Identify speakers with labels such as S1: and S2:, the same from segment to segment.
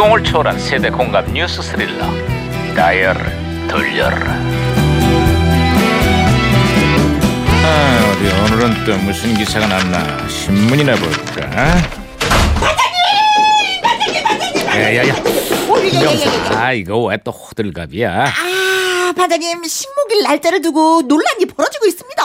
S1: 감동을 초월한 세대 공감 뉴스 스릴러 다이얼을 돌려라 아, 어디 오늘은 또 무슨 기사가 났나 신문이나 볼까 야야야
S2: 어,
S1: 아 이거 왜 또 호들갑이야
S2: 아, 반장님 식목일 날짜를 두고 논란이 벌어지고 있습니다.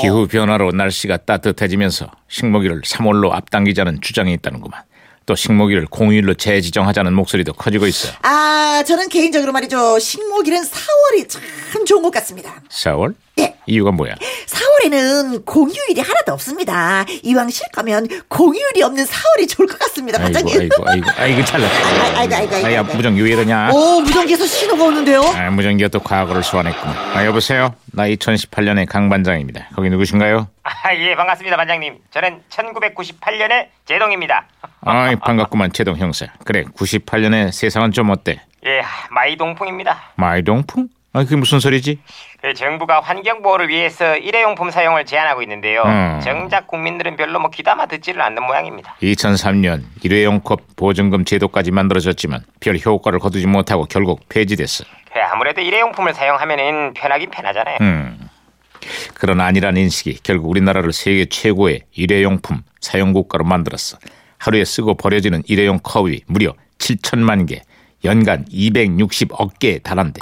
S1: 기후 변화로 날씨가 따뜻해지면서 식목일을 3월로 앞당기자는 주장이 있다는구만. 또 식목일을 공휴일로 재지정하자는 목소리도 커지고 있어.
S2: 아, 저는 개인적으로 말이죠. 식목일은 4월이 참 좋은 것 같습니다.
S1: 4월?
S2: 네.
S1: 이유가 뭐야?
S2: 4월에는 공휴일이 하나도 없습니다. 이왕 쉴 거면 공휴일이 없는 4월이 좋을 것 같습니다,
S1: 아이고
S2: 반장님.
S1: 아이고 아이고 아이고 잘났어.
S2: 아이고, 아이고, 아이고, 아이고.
S1: 야 무전기 왜 이러냐?
S2: 오, 무전기에서 신호가 오는데요.
S1: 아, 무전기가 또 과거를 소환했군. 아 여보세요. 나 2018년의 강 반장입니다. 거기 누구신가요?
S3: 아, 예, 반갑습니다, 반장님. 저는 1998년의 제동입니다.
S1: 아이 반갑구만 최동 형사. 그래 98년의 세상은 좀 어때?
S3: 예, 마이 동풍입니다.
S1: 마이동풍? 아 그게 무슨 소리지?
S3: 그 정부가 환경 보호를 위해서 일회용품 사용을 제한하고 있는데요.
S1: 음.
S3: 정작 국민들은 별로 뭐 귀담아 듣지를 않는 모양입니다.
S1: 2003년 일회용 컵 보증금 제도까지 만들어졌지만 별 효과를 거두지 못하고 결국 폐지됐어.
S3: 그 아무래도 일회용품을 사용하면은 편하긴 편하잖아요.
S1: 음. 그런 아니란 인식이 결국 우리나라를 세계 최고의 일회용품 사용 국가로 만들었어. 하루에 쓰고 버려지는 일회용 컵이 무려 7천만 개, 연간 260억 개에 달한대.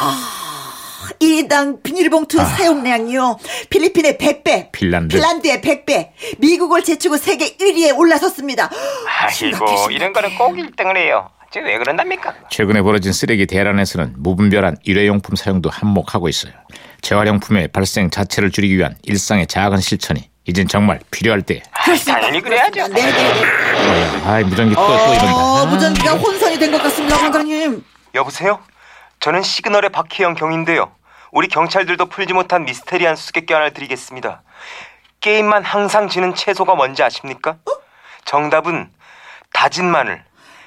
S2: 일당 비닐봉투 사용량이요. 필리핀의 100배,
S1: 아. 핀란드.
S2: 의 100배, 미국을 제치고 세계 1위에 올라섰습니다.
S3: 아이고, 이런 거는 꼭 1등을 해요. 저 왜 그런답니까?
S1: 최근에 벌어진 쓰레기 대란에서는 무분별한 일회용품 사용도 한몫하고 있어요. 재활용품의 발생 자체를 줄이기 위한 일상의 작은 실천이 이젠 정말 필요할 때.
S2: 그렇습니다.
S3: 당연히 아, 그래야죠.
S2: 네, 네, 네.
S1: 아이 무전기 또 또 이런다.
S2: 어, 무전기가 혼선이 된 것 같습니다, 관장님.
S3: 여보세요? 저는 시그널의 박혜영 경인데요. 우리 경찰들도 풀지 못한 미스테리한 수수께끼 하나를 드리겠습니다. 게임만 항상 지는 채소가 뭔지 아십니까? 정답은 다진 마늘.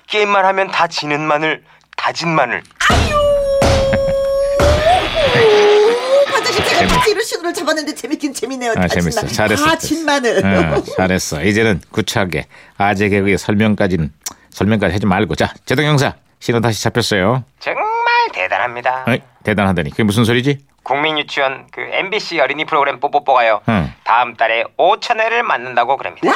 S3: 게임만 하면 다 지는 마늘, 다진 마늘.
S2: 반장님 제가 같이 이런 신호를 잡았는데 재밌긴 재밌네요.
S1: 아, 재밌어.
S2: 진마-
S1: 잘했어.
S2: 아, 진마늘.
S1: 응, 잘했어. 이제는 구차하게 아재 개그의 설명까지는 설명까지 하지 말고 자 제동 형사 신호 다시 잡혔어요.
S3: 정말 대단합니다.
S1: 어이, 대단하다니 그게 무슨 소리지?
S3: 국민유치원 그 MBC 어린이 프로그램 뽀뽀뽀가요.
S1: 응.
S3: 다음 달에 5천 회를 맞는다고 그럽니다.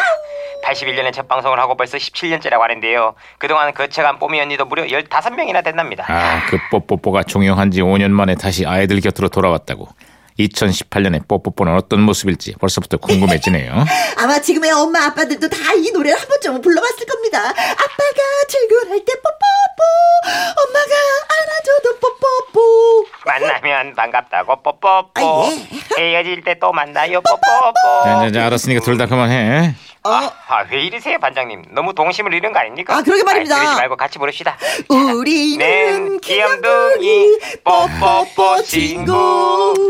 S3: 81년에 첫 방송을 하고 벌써 17년째라고 하는데요. 그동안 거쳐간 뽀미 언니도 무려 15명이나 된답니다.
S1: 아그 뽀뽀뽀가 종영한 지 5년 만에 다시 아이들 곁으로 돌아왔다고. 2018년에 뽀뽀뽀는 어떤 모습일지 벌써부터 궁금해지네요.
S2: 아마 지금의 엄마 아빠들도 다 이 노래를 한 번쯤은 불러봤을 겁니다. 아빠가 출근할 때 뽀뽀뽀, 엄마가 안아줘도 뽀뽀뽀.
S3: 만나면 반갑다고 뽀뽀뽀
S2: 아, 예.
S3: 헤어질 때 또 만나요 뽀뽀뽀
S1: 자, 자, 자, 알았으니까 둘 다 그만해.
S2: 어,
S3: 아, 왜 이러세요 반장님 너무 동심을 잃은 거 아닙니까?
S2: 아, 그러게 말입니다.
S3: 아, 그러지 말고 같이 부릅시다
S2: 우리는 귀염둥이
S3: 는 귀염둥이
S2: 뽀뽀뽀
S3: 뽀뽀뽀
S2: 친구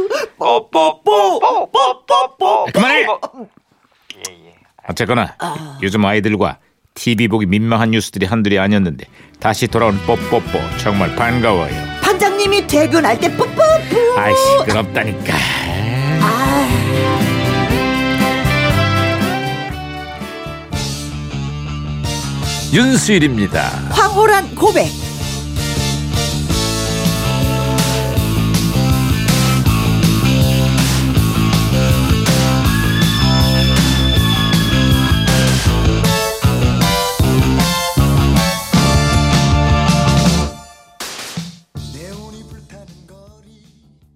S3: 친구.
S2: 뽀뽀뽀
S3: 뽀뽀뽀뽀
S1: 그만해!
S3: 예예
S1: 어쨌거나
S2: 아.
S1: 요즘 아이들과 TV 보기 민망한 뉴스들이 한둘이 아니었는데 다시 돌아온 뽀뽀뽀 정말 반가워요.
S2: 반장님이 퇴근할 때 뽀뽀뽀.
S1: 아이 시끄럽다니까.
S2: 아,
S4: 윤수일입니다.
S2: 황홀한 고백.